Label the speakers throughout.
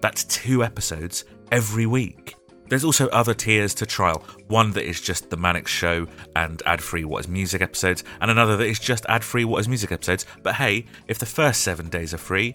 Speaker 1: That's two episodes every week. There's also other tiers to trial. One that is just the Manic Show and ad free What is Music episodes, and another that is just ad free What is Music episodes. But hey, if the first seven days are free,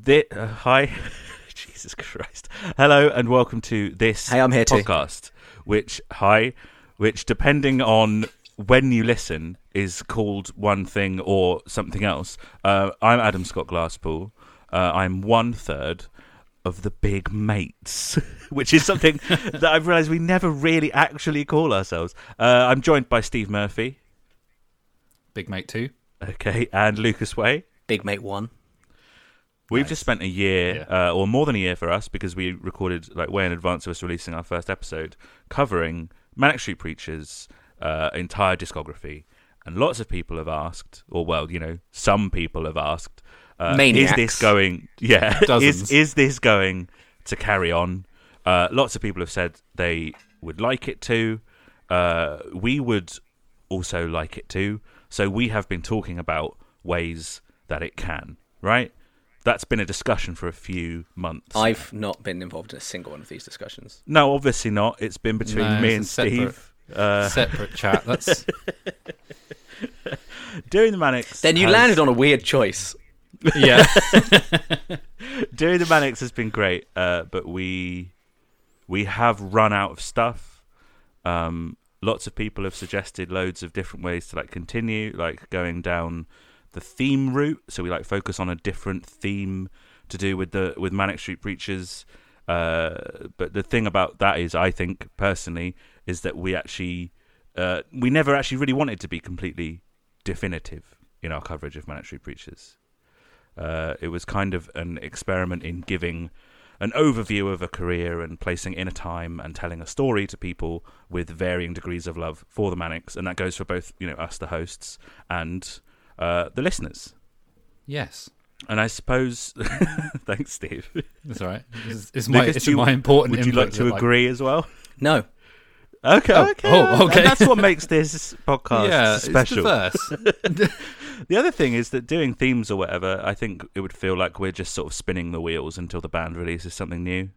Speaker 1: Thi- uh, hi, Jesus Christ. Hello and welcome to this
Speaker 2: Hey, I'm here too.
Speaker 1: podcast, which, hi, which depending on when you listen is called one thing or something else. Uh, I'm Adam Scott Glasspool. Uh, I'm one third of the big mates, which is something that I've realised we never really actually call ourselves. Uh, I'm joined by Steve Murphy,
Speaker 3: Big Mate 2.
Speaker 1: okay, and Lucas Way.
Speaker 2: Big Mate One.
Speaker 1: We've just spent a year, uh, or more than a year for us, because we recorded like way in advance of us releasing our first episode, covering Manic Street Preacher's uh, entire discography. And lots of people have asked, or well, you know, some people have asked, uh, is
Speaker 2: Maniacs.
Speaker 1: this going? Yeah,
Speaker 3: Dozens.
Speaker 1: is is this going to carry on? Uh, lots of people have said they would like it to. Uh, we would also like it to. So we have been talking about ways that it can. Right? That's been a discussion for a few months.
Speaker 2: I've not been involved in a single one of these discussions.
Speaker 1: no, obviously not. It's been between
Speaker 3: No,
Speaker 1: me and
Speaker 3: it's a separate-
Speaker 1: Steve. Uh,
Speaker 3: Separate chat. That's
Speaker 1: doing the Manics.
Speaker 2: Then you
Speaker 1: has-
Speaker 2: landed on a weird choice.
Speaker 3: yeah.
Speaker 1: doing the manics has been great, uh, but we we have run out of stuff. Um, lots of people have suggested loads of different ways to like continue, like going down the theme route. So we like focus on a different theme to do with the with Manic Street Preachers. Uh, but the thing about that is, I think personally, is that we actually uh, we never actually really wanted to be completely definitive in our coverage of Manic Street Preachers. Uh, it was kind of an experiment in giving an overview of a career and placing in a time and telling a story to people with varying degrees of love for the Manics, and that goes for both you know us, the hosts, and uh, the listeners.
Speaker 3: Yes.
Speaker 1: And I suppose, thanks, Steve.
Speaker 3: That's all right. It's, it's my,
Speaker 1: Lucas,
Speaker 3: it's
Speaker 1: do you-
Speaker 3: my important
Speaker 1: Would you
Speaker 3: input
Speaker 1: like to
Speaker 3: that,
Speaker 1: agree as well?
Speaker 2: No.
Speaker 1: Okay. okay.
Speaker 3: oh, okay.
Speaker 1: And that's what makes this podcast
Speaker 3: yeah,
Speaker 1: special.
Speaker 3: It's diverse.
Speaker 1: The other thing is that doing themes or whatever, I think it would feel like we're just sort of spinning the wheels until the band releases something new,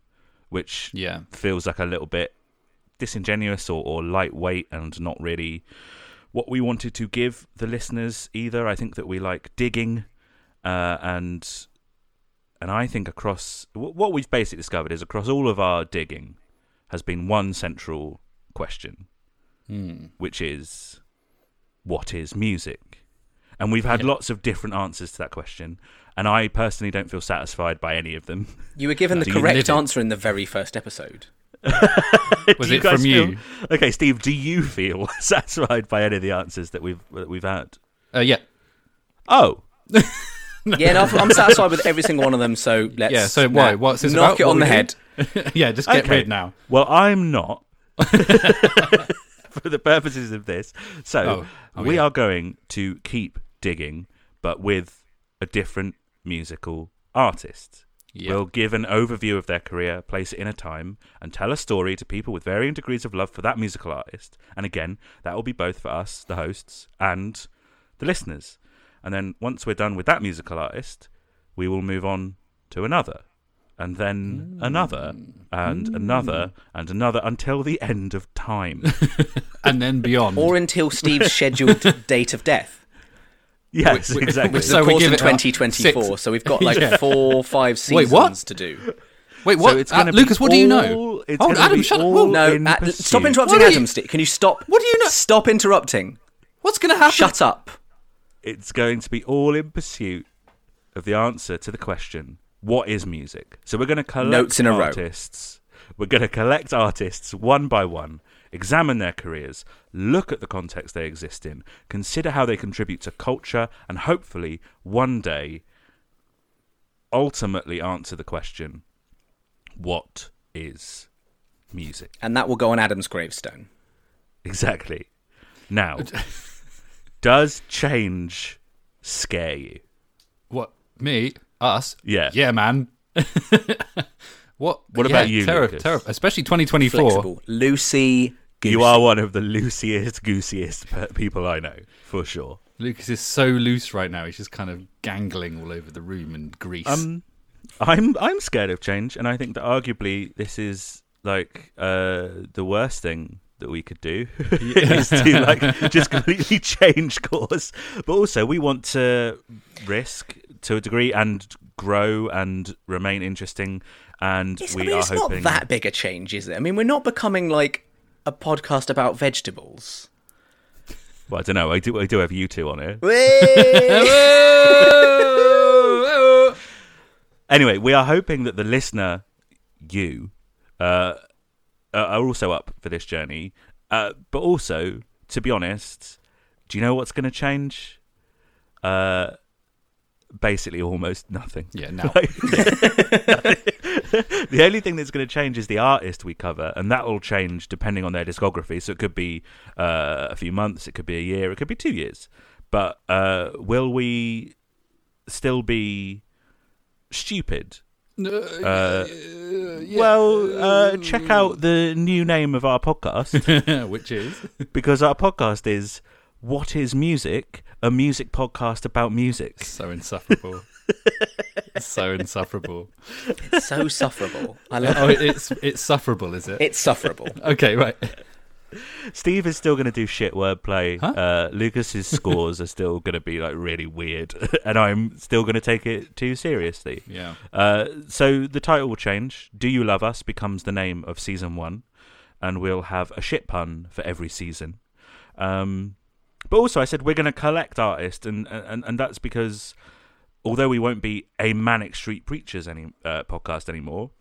Speaker 1: which
Speaker 3: yeah.
Speaker 1: feels like a little bit disingenuous or, or lightweight and not really what we wanted to give the listeners either. I think that we like digging uh, and and I think across wh- what we've basically discovered is across all of our digging has been one central question,
Speaker 3: Hmm.
Speaker 1: which is what is music? And we've had lots of different answers to that question, and I personally don't feel satisfied by any of them.
Speaker 2: You were given the
Speaker 1: Do you
Speaker 3: live
Speaker 2: correct
Speaker 3: it?
Speaker 2: answer in the very first episode.
Speaker 3: Was
Speaker 1: Do
Speaker 3: it from
Speaker 1: guys feel-
Speaker 3: you?
Speaker 1: Okay, Steve, do you feel satisfied by any of the answers that we've that we've had?
Speaker 3: Uh, yeah.
Speaker 1: Oh,
Speaker 2: Yeah, no, I'm satisfied with every single one of them, so let's
Speaker 3: Yeah, so why?
Speaker 2: now
Speaker 3: What's this about?
Speaker 2: knock it
Speaker 3: What
Speaker 2: on
Speaker 3: we
Speaker 2: the
Speaker 3: do?
Speaker 2: head.
Speaker 3: yeah, just get
Speaker 1: okay.
Speaker 3: rid now.
Speaker 1: Well, I'm not. For the purposes of this, so
Speaker 3: Oh, oh,
Speaker 1: we
Speaker 3: yeah.
Speaker 1: are going to keep digging, but with a different musical artist. We'll give an overview of their career, place it in a time, and tell a story to people with varying degrees of love for that musical artist. And again, that will be both for us, the hosts, and the listeners. And then once we're done with that musical artist, we will move on to another, and then another, and another, and another until the end of time.
Speaker 3: and then beyond.
Speaker 2: or until Steve's scheduled date of death.
Speaker 1: yes,
Speaker 3: Wait, wait,
Speaker 1: exactly.
Speaker 3: wait,
Speaker 2: So
Speaker 3: So
Speaker 2: of
Speaker 3: we
Speaker 2: course
Speaker 3: give
Speaker 2: in
Speaker 3: it, like,
Speaker 2: 2024.
Speaker 3: six-
Speaker 2: So we've got like
Speaker 3: Yeah.
Speaker 2: four, five
Speaker 3: Wait,
Speaker 2: seasons
Speaker 3: what?
Speaker 2: to do.
Speaker 3: Wait, what?
Speaker 1: So it's
Speaker 3: Uh,
Speaker 1: gonna be
Speaker 3: Lucas, what do you know?
Speaker 1: all- it's
Speaker 3: Hold on,
Speaker 1: gonna
Speaker 3: Adam,
Speaker 1: be
Speaker 3: shut up.
Speaker 1: all-
Speaker 3: Whoa.
Speaker 2: No,
Speaker 1: In
Speaker 2: uh, stop
Speaker 1: pursuit.
Speaker 2: interrupting,
Speaker 3: What are you-
Speaker 2: Adam. Sti- Can you stop?
Speaker 3: What do you know-
Speaker 2: Stop interrupting.
Speaker 3: What's going to happen?
Speaker 2: Shut up.
Speaker 1: it's going to be all in pursuit of the answer to the question what is music so we're going to collect
Speaker 2: Notes in a row.
Speaker 1: artists we're going to collect artists one by one examine their careers look at the context they exist in consider how they contribute to culture and hopefully one day ultimately answer the question what is music
Speaker 2: And that will go on Adam's gravestone.
Speaker 1: exactly now does change scare you
Speaker 3: What? Me? Us?
Speaker 1: Yeah.
Speaker 3: Yeah, man. what?
Speaker 1: What
Speaker 3: yeah,
Speaker 1: about you,
Speaker 3: Terror,
Speaker 1: Lucas?
Speaker 3: terror, especially 2024.
Speaker 2: Flexible. Lucy.
Speaker 1: You are one of the loosiest, goosiest pe- people I know, for sure.
Speaker 3: Lucas is so loose right now. He's just kind of gangling all over the room and grease.
Speaker 1: Um, I'm I'm scared of change, and I think that arguably this is like uh, the worst thing that we could do is to like just completely change course. But also, we want to risk to a degree and grow and remain interesting. And
Speaker 2: It's,
Speaker 1: we
Speaker 2: I mean,
Speaker 1: are
Speaker 2: it's
Speaker 1: hoping
Speaker 2: not that big a change, is it? I mean, we're not becoming like a podcast about vegetables.
Speaker 1: Well, I don't know. I do I do have you two on here.
Speaker 2: Whee!
Speaker 1: Anyway, we are hoping that the listener, you, uh, are are also up for this journey. Uh, but also, to be honest, do you know what's going to change? Uh, basically, almost nothing.
Speaker 3: yeah, now.
Speaker 1: The only thing that's going to change is the artist we cover, and that will change depending on their discography. So it could be uh, a few months, it could be a year, it could be two years. But uh, will we still be stupid? Uh, Well, uh, check out the new name of our podcast
Speaker 3: Which is?
Speaker 1: because our podcast is What is Music? A music podcast about music.
Speaker 3: So insufferable. so insufferable.
Speaker 2: It's so sufferable. I love
Speaker 3: Oh,
Speaker 2: it.
Speaker 3: it's it's sufferable, is it?
Speaker 2: It's sufferable.
Speaker 3: Okay, right.
Speaker 1: Steve is still going to do shit wordplay.
Speaker 3: Huh?
Speaker 1: Uh, Lucas's scores are still going to be like really weird, and I'm still going to take it too seriously.
Speaker 3: Yeah.
Speaker 1: Uh, so the title will change. Do You Love Us becomes the name of season one, and we'll have a shit pun for every season. Um, but also, I said we're going to collect artists, and, and, and that's because although we won't be a Manic Street Preachers any, uh, podcast anymore,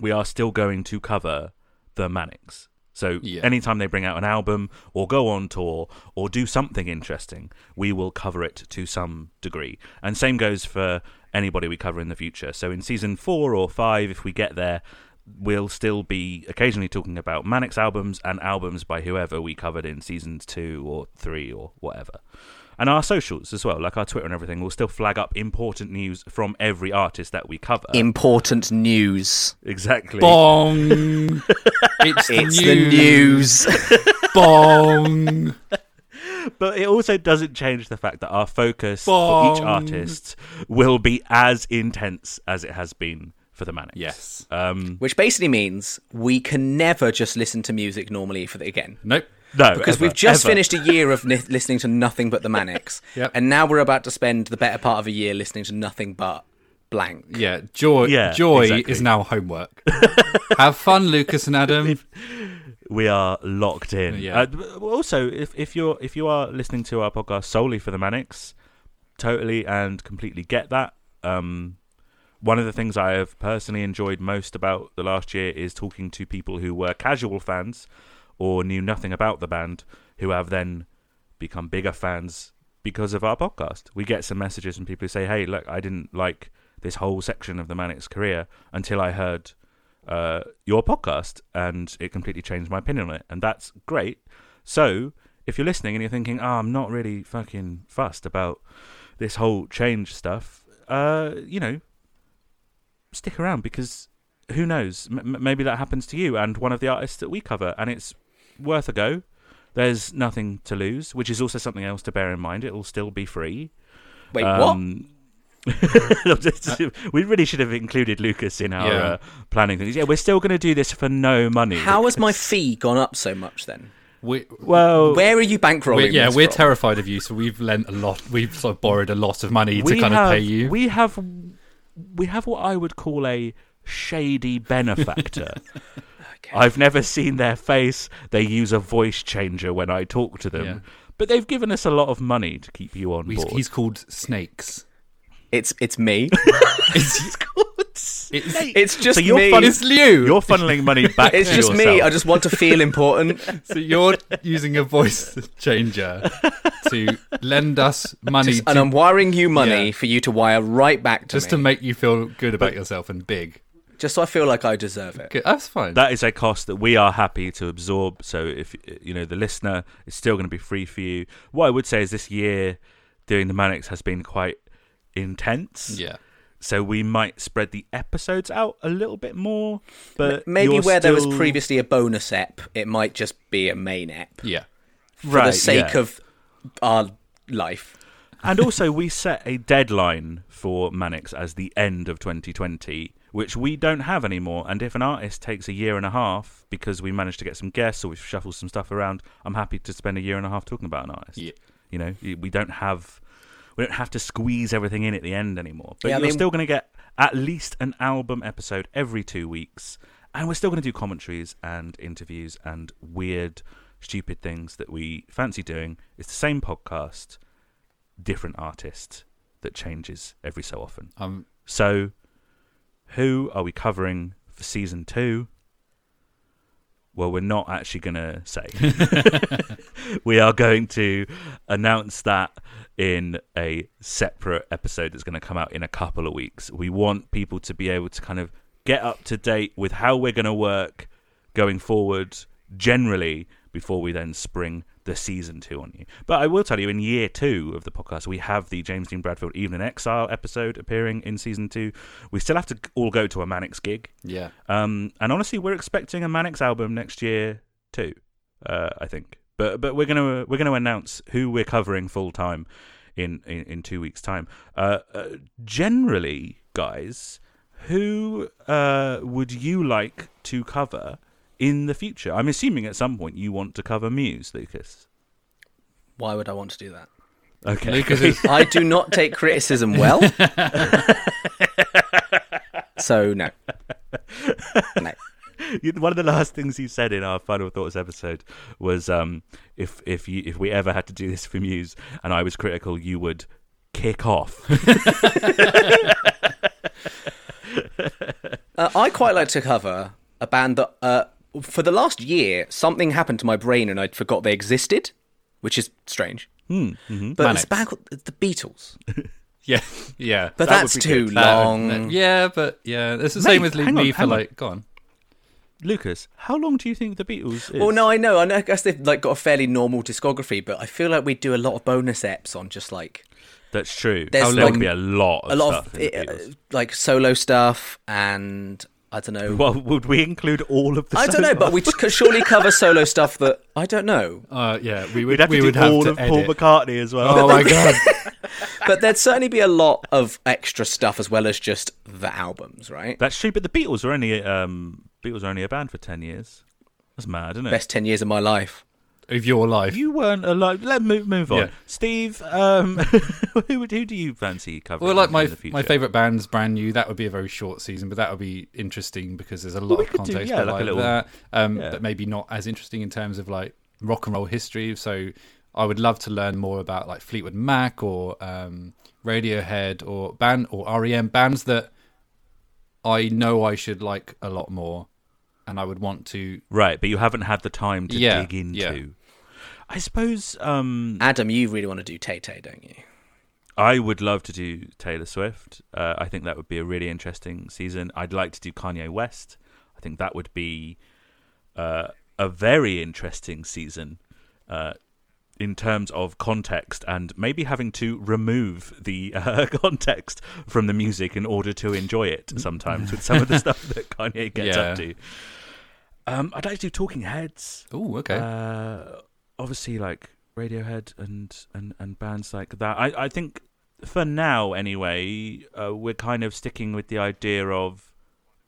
Speaker 1: we are still going to cover the Manics. So
Speaker 3: Yeah.
Speaker 1: anytime they bring out an album or go on tour or do something interesting, we will cover it to some degree. And same goes for anybody we cover in the future. So in season four or five, if we get there, we'll still be occasionally talking about Manics albums and albums by whoever we covered in seasons two or three or whatever. And our socials as well, like our Twitter and everything, will still flag up important news from every artist that we cover.
Speaker 2: Important news.
Speaker 1: exactly.
Speaker 3: Bong. It's,
Speaker 2: It's
Speaker 3: the
Speaker 2: the
Speaker 3: news.
Speaker 2: news.
Speaker 3: Bong.
Speaker 1: But it also doesn't change the fact that our focus for each
Speaker 3: Bong.
Speaker 1: artist will be as intense as it has been for the Manics.
Speaker 3: Yes.
Speaker 1: Um,
Speaker 2: Which basically means we can never just listen to music normally for the, again.
Speaker 3: Nope.
Speaker 1: no,
Speaker 2: Because
Speaker 1: ever,
Speaker 2: we've just
Speaker 1: ever.
Speaker 2: finished a year of ni- listening to nothing but the Manics.
Speaker 3: Yep.
Speaker 2: And now we're about to spend the better part of a year listening to nothing but blank.
Speaker 3: Yeah. Joy.
Speaker 1: Yeah,
Speaker 3: joy
Speaker 1: exactly.
Speaker 3: is now homework. Have fun, Lucas and Adam.
Speaker 1: we are locked in.
Speaker 3: Yeah.
Speaker 1: Uh, but also, if, if you're if you are listening to our podcast solely for the Manics, totally and completely get that. Um, one of the things I have personally enjoyed most about the last year is talking to people who were casual fans or knew nothing about the band, who have then become bigger fans because of our podcast. We get some messages from people who say, "Hey, look, I didn't like this whole section of the Manics' career until I heard." uh, your podcast and it completely changed my opinion on it. And that's "Ah, great. So if you're listening and you're thinking, oh, I'm not really fucking fussed about this whole change stuff, uh, you know, stick around because who knows? M- m- maybe that happens to you and one of the artists that we cover, and it's worth a go. There's nothing to lose, which is also something else to bear in mind. It'll still be free.
Speaker 2: Wait,
Speaker 1: Um, we really should have included Lucas in our
Speaker 3: Yeah.
Speaker 1: uh, planning things. Yeah, we're still going to do this for no money.
Speaker 2: what? How has my fee gone up so much then?
Speaker 3: We,
Speaker 1: Well,
Speaker 2: Where are you bankrolling?
Speaker 3: we yeah,
Speaker 2: this
Speaker 3: we're
Speaker 2: from?
Speaker 3: terrified of you, so we've lent a lot. We've sort of borrowed a lot of money to
Speaker 1: we
Speaker 3: kind
Speaker 1: have,
Speaker 3: of pay you.
Speaker 1: We have we have what I would call a shady benefactor. I've never seen their face. They use a voice changer when I talk to them.
Speaker 3: Yeah.
Speaker 1: But they've given us a lot of money to keep you on
Speaker 3: We-
Speaker 1: board.
Speaker 3: he's called Snakes.
Speaker 2: It's it's me.
Speaker 3: It's,
Speaker 2: It's just
Speaker 1: so you're,
Speaker 2: me.
Speaker 1: funnel-
Speaker 3: It's Liu.
Speaker 1: you're funneling money back
Speaker 2: It's
Speaker 1: to
Speaker 2: just me. I
Speaker 1: yourself.
Speaker 2: just want to feel important.
Speaker 3: so you're using a voice changer to lend us money
Speaker 2: and
Speaker 3: to,
Speaker 2: I'm wiring you money
Speaker 3: Yeah.
Speaker 2: for you to wire right back to
Speaker 3: just to
Speaker 2: me,
Speaker 3: make you feel good about yourself and big.
Speaker 2: just so I feel like I deserve it.
Speaker 3: Okay, that's fine.
Speaker 1: that is a cost that we are happy to absorb. So if you know the listener, it's still going to be free for you. What I would say is this year doing the Manics has been quite intense.
Speaker 3: yeah.
Speaker 1: So we might spread the episodes out a little bit more, but
Speaker 2: Maybe
Speaker 1: you're
Speaker 2: where there was
Speaker 1: still-
Speaker 2: previously a bonus ep, it might just be a main ep
Speaker 3: Yeah.
Speaker 2: for
Speaker 1: Right,
Speaker 2: the sake
Speaker 1: yeah.
Speaker 2: of our life.
Speaker 1: and also we set a deadline for Mannix as the end of 2020, which we don't have anymore. And if an artist takes a year and a half because we managed to get some guests or we've shuffled some stuff around, I'm happy to spend a year and a half talking about an artist.
Speaker 3: Yeah.
Speaker 1: You know, y- we don't have we don't have to squeeze everything in at the end anymore. But
Speaker 2: Yeah, I
Speaker 1: you're
Speaker 2: mean-
Speaker 1: still going to get at least an album episode every two weeks, and we're still going to do commentaries and interviews and weird, stupid things that we fancy doing. It's the same podcast, different artist that changes every so often.
Speaker 3: Um,
Speaker 1: So, who are we covering for season two? Well, we're not actually going to say. we are going to announce that in a separate episode that's going to come out in a couple of weeks. We want people to be able to kind of get up to date with how we're going to work going forward generally before we then spring the season two on you. But I will tell you, in year two of the podcast, we have the James Dean Bradfield Even in Exile episode appearing in season two. We still have to all go to a Mannix gig.
Speaker 3: yeah.
Speaker 1: Um, and honestly, we're expecting a Mannix album next year too. Uh, I think, but but we're gonna we're gonna announce who we're covering full time in, in in two weeks' time. Uh, uh, generally, guys, who uh, would you like to cover in the future? I'm assuming at some point you want to cover Muse, Lucas.
Speaker 2: Why would I want to do that?
Speaker 1: Okay,
Speaker 3: Lucas is
Speaker 2: I do not take criticism well. so no. No.
Speaker 1: You- one of the last things he said in our final thoughts episode was um, if if you if we ever had to do this for Muse and I was critical, you would kick off.
Speaker 2: Uh, I quite like to cover a band that uh, for the last year something happened to my brain and I forgot they existed, which is strange.
Speaker 1: Hmm, mm-hmm.
Speaker 2: But it's
Speaker 3: Manics.
Speaker 2: a band called the Beatles.
Speaker 3: Yeah. Yeah.
Speaker 2: But
Speaker 3: That
Speaker 2: that's
Speaker 3: would be
Speaker 2: too
Speaker 3: good. That would-
Speaker 2: long.
Speaker 3: that- yeah, but yeah. It's the
Speaker 1: Mate,
Speaker 3: same with Lee
Speaker 1: hang on,
Speaker 3: me for
Speaker 1: hang on.
Speaker 3: like, go on.
Speaker 1: Lucas, how long do you think the Beatles? Is?
Speaker 2: Well, no, I know. I know. I guess they've like got a fairly normal discography, but I feel like we do a lot of bonus eps on just like
Speaker 1: that's true.
Speaker 2: There's
Speaker 1: How long
Speaker 2: like
Speaker 1: could be a lot of
Speaker 2: a lot
Speaker 1: stuff
Speaker 2: of
Speaker 1: in the
Speaker 2: uh,
Speaker 1: Beatles.
Speaker 2: like solo stuff and I don't know.
Speaker 1: well, would we include all of the?
Speaker 2: I don't know, but we could surely cover solo stuff that I don't know.
Speaker 3: Uh, yeah, we
Speaker 1: would
Speaker 3: would,
Speaker 1: have
Speaker 3: we
Speaker 1: to
Speaker 3: would
Speaker 1: do
Speaker 3: have
Speaker 1: all
Speaker 3: to
Speaker 1: of Paul
Speaker 3: edit.
Speaker 1: McCartney as well.
Speaker 3: Oh my god.
Speaker 2: But there'd certainly be a lot of extra stuff as well as just the albums, right?
Speaker 1: That's true. But the Beatles were only um, Beatles were only a band for ten years. That's mad, isn't it?
Speaker 2: Best ten years of my life.
Speaker 3: of your life.
Speaker 1: You weren't alive. Let move move on.
Speaker 3: Yeah.
Speaker 1: Steve, um, who would who do you fancy covering?
Speaker 3: Well, like
Speaker 1: in
Speaker 3: my
Speaker 1: the future?
Speaker 3: my favorite band's brand new. That would be a very short season, but that would be interesting because there's a lot
Speaker 1: we
Speaker 3: of
Speaker 1: could do,
Speaker 3: context.
Speaker 1: yeah, like a
Speaker 3: like
Speaker 1: little-
Speaker 3: that, um,
Speaker 1: yeah.
Speaker 3: but maybe not as interesting in terms of like rock and roll history. So I would love to learn more about like Fleetwood Mac or um, Radiohead or band or REM bands that I know I should like a lot more, and I would want to.
Speaker 1: right, but you haven't had the time to
Speaker 3: Yeah,
Speaker 1: dig into.
Speaker 3: yeah.
Speaker 1: I suppose um,
Speaker 2: Adam, you really want to do Tay Tay, don't you?
Speaker 1: I would love to do Taylor Swift. Uh, I think that would be a really interesting season. I'd like to do Kanye West. I think that would be uh, a very interesting season uh, in terms of context and maybe having to remove the uh, context from the music in order to enjoy it sometimes with some of the stuff that Kanye gets up
Speaker 3: Yeah.
Speaker 1: to. Um, I'd like to do Talking Heads.
Speaker 3: Oh, okay.
Speaker 1: Uh, obviously, like Radiohead and, and, and bands like that. I, I think for now, anyway, uh, we're kind of sticking with the idea of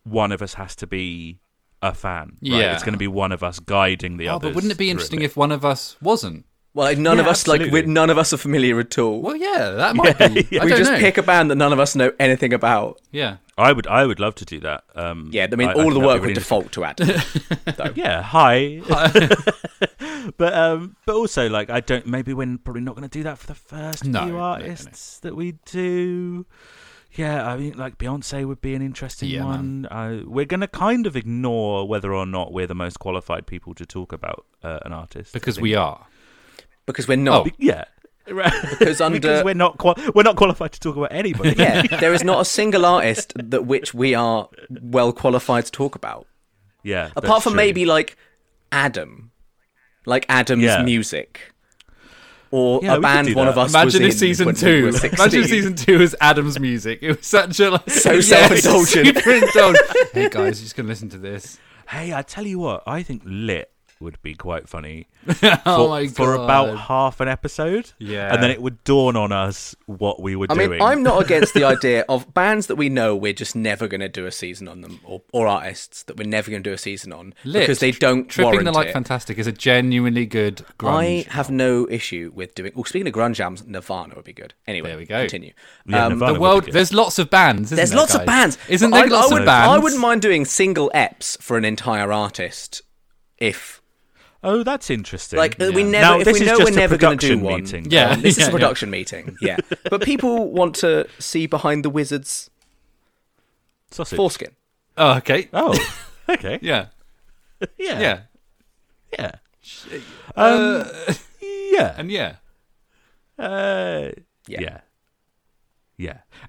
Speaker 1: one of us has to be a fan. Right?
Speaker 3: Yeah.
Speaker 1: It's going to be one of us guiding the
Speaker 3: oh,
Speaker 1: others.
Speaker 3: but wouldn't it
Speaker 1: through
Speaker 3: be interesting if one of us wasn't?
Speaker 2: Well, like, none
Speaker 1: Yeah,
Speaker 2: of us like we
Speaker 1: absolutely.
Speaker 2: none of us are familiar at all.
Speaker 3: Well, yeah, that might be. I
Speaker 2: we
Speaker 3: don't
Speaker 2: just
Speaker 3: know.
Speaker 2: pick a band that none of us know anything about.
Speaker 3: Yeah.
Speaker 1: I would, I would love to do that. Um,
Speaker 2: Yeah, I mean,
Speaker 1: think
Speaker 2: all the
Speaker 1: that'd
Speaker 2: work
Speaker 1: be
Speaker 2: would
Speaker 1: really
Speaker 2: default to Adam.
Speaker 1: yeah hi but um but also like i don't maybe we're probably not going to do that for the first
Speaker 3: No, no,
Speaker 1: few
Speaker 3: no, no.
Speaker 1: artists that we do yeah i mean like beyonce would be an interesting
Speaker 3: Yeah,
Speaker 1: one uh, we're going to kind of ignore whether or not we're the most qualified people to talk about uh, an artist I
Speaker 3: Because
Speaker 1: think.
Speaker 3: we are.
Speaker 2: because we're not.
Speaker 3: Oh.
Speaker 1: yeah Right.
Speaker 2: Because under-
Speaker 1: we're not qual- we're not qualified to talk about anybody.
Speaker 2: yeah, there is not a single artist that which we are well qualified to talk about,
Speaker 1: yeah.
Speaker 2: apart
Speaker 1: that's
Speaker 2: from
Speaker 1: true.
Speaker 2: maybe like Adam, like Adam's
Speaker 1: Yeah.
Speaker 2: music, or
Speaker 1: Yeah, we
Speaker 2: a
Speaker 1: could
Speaker 2: band
Speaker 1: do
Speaker 2: one
Speaker 1: that.
Speaker 2: of us was
Speaker 3: Imagine
Speaker 2: in
Speaker 3: if season
Speaker 2: when we
Speaker 3: two.
Speaker 2: were 16.
Speaker 3: Imagine if season two is Adam's music. It was such a like,
Speaker 2: So
Speaker 3: Yeah,
Speaker 2: self-indulgent.
Speaker 3: super indulgent. hey guys, you just gonna listen to this.
Speaker 1: Hey, I tell you what, I think lit would be quite funny.
Speaker 3: Oh
Speaker 1: for,
Speaker 3: my
Speaker 1: for
Speaker 3: God.
Speaker 1: about half an episode.
Speaker 3: Yeah.
Speaker 1: And then it would dawn on us what we were
Speaker 2: I
Speaker 1: doing.
Speaker 2: mean, I'm not against the idea of bands that we know we're just never going to do a season on them, or, or artists that we're never going to do a season on
Speaker 3: Lit.
Speaker 2: because they don't
Speaker 3: Tripping
Speaker 2: warrant
Speaker 3: the Light
Speaker 2: it.
Speaker 3: Fantastic is a genuinely good grunge.
Speaker 2: I have no issue with doing. Oh, speaking of grunge albums, Nirvana would be good. Anyway,
Speaker 3: There we go.
Speaker 2: Continue.
Speaker 1: Yeah,
Speaker 2: Um,
Speaker 1: Nirvana
Speaker 3: the
Speaker 1: would
Speaker 3: world.
Speaker 1: be good.
Speaker 3: There's lots of bands. Isn't
Speaker 2: There's
Speaker 3: there,
Speaker 2: lots
Speaker 3: guys?
Speaker 2: of bands.
Speaker 3: Isn't there
Speaker 2: I,
Speaker 3: lots
Speaker 2: I would,
Speaker 3: of bands?
Speaker 2: I wouldn't mind doing single eps for an entire artist if.
Speaker 1: oh, that's interesting.
Speaker 2: Like uh, we
Speaker 3: Yeah.
Speaker 2: never,
Speaker 1: Now,
Speaker 2: if
Speaker 1: this
Speaker 2: we
Speaker 1: is
Speaker 2: know
Speaker 1: just
Speaker 2: we're
Speaker 1: a
Speaker 2: never going to do
Speaker 1: production
Speaker 2: one,
Speaker 1: meeting.
Speaker 3: Yeah,
Speaker 2: um, this
Speaker 3: yeah,
Speaker 2: is
Speaker 3: yeah.
Speaker 2: a production meeting. Yeah, but people want to see behind the wizard's
Speaker 1: Sausage.
Speaker 2: foreskin.
Speaker 3: Oh, okay.
Speaker 1: Oh, okay.
Speaker 3: Yeah.
Speaker 1: Yeah.
Speaker 3: Yeah.
Speaker 1: Yeah. Um,
Speaker 2: Uh,
Speaker 1: yeah.
Speaker 3: And yeah.
Speaker 1: Uh,
Speaker 2: Yeah.
Speaker 1: yeah. yeah.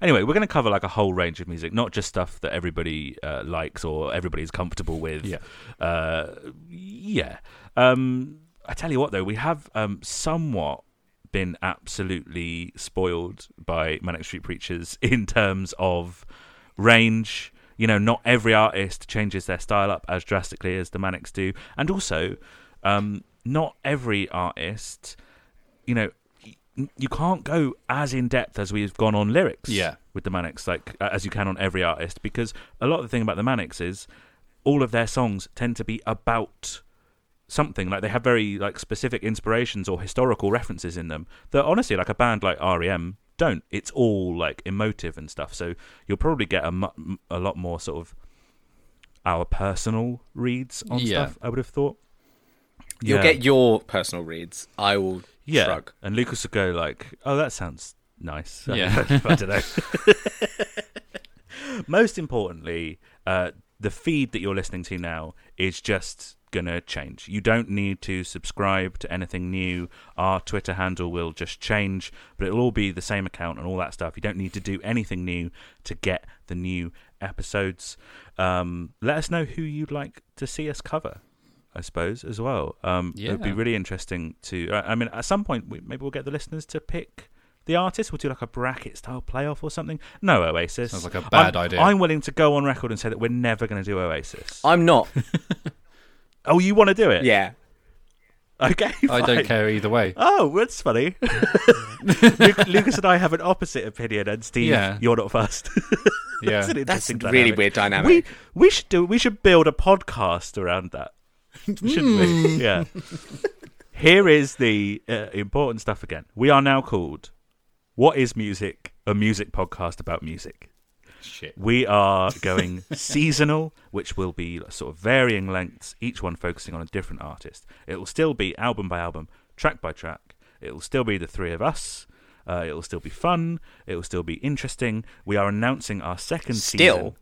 Speaker 1: Anyway, we're going to cover like a whole range of music, not just stuff that everybody uh, likes or everybody's comfortable with.
Speaker 3: Yeah.
Speaker 1: Uh, yeah. Um, I tell you what, though, we have um, somewhat been absolutely spoiled by Manic Street Preachers in terms of range. You know, not every artist changes their style up as drastically as the Manics do, and also, um, not every artist you know y- you can't go as in depth as we've gone on lyrics
Speaker 3: Yeah.
Speaker 1: with the manics like uh, as you can on every artist because a lot of the thing about the manics is all of their songs tend to be about something like they have very like specific inspirations or historical references in them that honestly like a band like REM don't it's all like emotive and stuff so you'll probably get a, mu- a lot more sort of our personal reads on
Speaker 3: Yeah.
Speaker 1: stuff i would have thought
Speaker 2: You'll
Speaker 1: Yeah.
Speaker 2: get your personal reads. I will
Speaker 1: Yeah.
Speaker 2: shrug.
Speaker 1: And Lucas would go like, "Oh, that sounds nice."
Speaker 3: Yeah.
Speaker 1: I don't know. Most importantly, uh, the feed that you're listening to now is just gonna change. You don't need to subscribe to anything new. Our Twitter handle will just change, but it'll all be the same account and all that stuff. You don't need to do anything new to get the new episodes. Um, let us know who you'd like to see us cover. I suppose as well. Um, It would be
Speaker 3: Yeah.
Speaker 1: really interesting to. uh, I I mean, at some point, we, maybe we'll get the listeners to pick the artist. We'll do like a bracket style playoff or something. No Oasis
Speaker 3: Sounds like a bad
Speaker 1: I'm-
Speaker 3: idea.
Speaker 1: I'm willing to go on record and say that we're never going to do Oasis.
Speaker 2: I'm not.
Speaker 1: oh, you want to do it?
Speaker 2: Yeah.
Speaker 1: Okay.
Speaker 3: I don't
Speaker 1: fine.
Speaker 3: care either way.
Speaker 1: Oh, that's funny. Luc- Lucas and I have an opposite opinion, and Steve,
Speaker 3: Yeah.
Speaker 1: you're not first.
Speaker 3: Yeah.
Speaker 1: that's an
Speaker 2: That's a
Speaker 1: interesting
Speaker 2: really
Speaker 1: dynamic.
Speaker 2: weird dynamic.
Speaker 1: We we should do. We should build a podcast around that, shouldn't we? Yeah. Here is the uh, important stuff again. We are now called "What Is Music?" A music podcast about music.
Speaker 3: Shit.
Speaker 1: We are going seasonal, which will be sort of varying lengths, each one focusing on a different artist. It will still be album by album, track by track. It will still be the three of us. Uh, it will still be fun. It will still be interesting. We are announcing our second
Speaker 2: Still?
Speaker 1: season.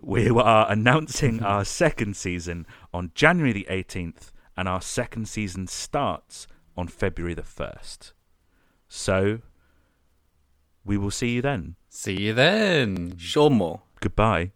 Speaker 1: We are announcing our second season on January the 18th, and our second season starts on February the 1st. So, we will see you then.
Speaker 3: See you then.
Speaker 2: Sean Moore.
Speaker 1: Goodbye.